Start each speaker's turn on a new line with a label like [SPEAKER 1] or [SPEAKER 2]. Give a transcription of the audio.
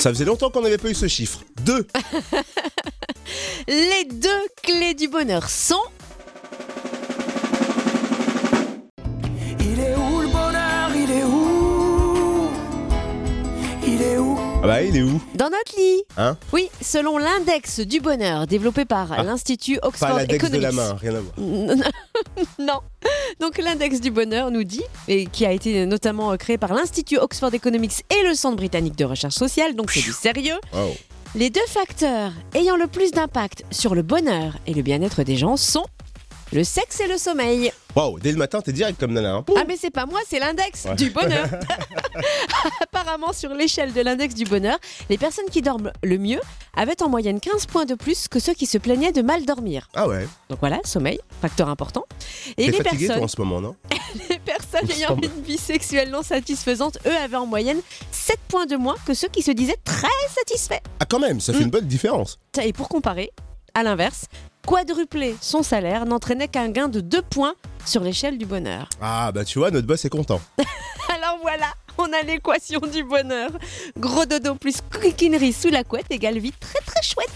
[SPEAKER 1] Ça faisait longtemps qu'on n'avait pas eu ce chiffre. Deux.
[SPEAKER 2] Ah. Les deux clés du bonheur sont
[SPEAKER 3] Il est où le bonheur Il est où Il est où
[SPEAKER 1] Ah bah il est où
[SPEAKER 2] dans notre lit.
[SPEAKER 1] Hein
[SPEAKER 2] oui, selon l'index du bonheur développé par
[SPEAKER 1] Ah.
[SPEAKER 2] l'Institut
[SPEAKER 1] Pas
[SPEAKER 2] Oxford
[SPEAKER 1] l'index
[SPEAKER 2] Economics.
[SPEAKER 1] de la main, rien à voir.
[SPEAKER 2] non. Donc l'index du bonheur nous dit, et qui a été notamment euh, créé par l'Institut Oxford Economics et le Centre britannique de recherche sociale, donc c'est du sérieux,
[SPEAKER 1] Wow.
[SPEAKER 2] les deux facteurs ayant le plus d'impact sur le bonheur et le bien-être des gens sont le sexe et le sommeil.
[SPEAKER 1] Wow, dès le matin, t'es direct comme Nana. hein.
[SPEAKER 2] Ah mais c'est pas moi, c'est l'index
[SPEAKER 1] Ouais.
[SPEAKER 2] du bonheur. Apparemment sur l'échelle de l'index du bonheur, les personnes qui dorment le mieux avaient en moyenne 15 points de plus que ceux qui se plaignaient de mal dormir.
[SPEAKER 1] Ah ouais.
[SPEAKER 2] Donc voilà, sommeil, facteur important. Et
[SPEAKER 1] T'es
[SPEAKER 2] les
[SPEAKER 1] fatigué toi
[SPEAKER 2] personnes,
[SPEAKER 1] en ce moment, non
[SPEAKER 2] les personnes
[SPEAKER 1] Il me
[SPEAKER 2] ayant
[SPEAKER 1] semble.
[SPEAKER 2] une vie sexuelle non satisfaisante, eux avaient en moyenne 7 points de moins que ceux qui se disaient très satisfaits.
[SPEAKER 1] Ah quand même, ça fait
[SPEAKER 2] Mm.
[SPEAKER 1] une bonne différence.
[SPEAKER 2] Et pour comparer, à l'inverse, quadrupler son salaire n'entraînait qu'un gain de 2 points sur l'échelle du bonheur.
[SPEAKER 1] Ah bah tu vois, notre boss est content.
[SPEAKER 2] Alors voilà, on a l'équation du bonheur. Gros dodo plus coquinerie sous la couette égale vie très très chouette.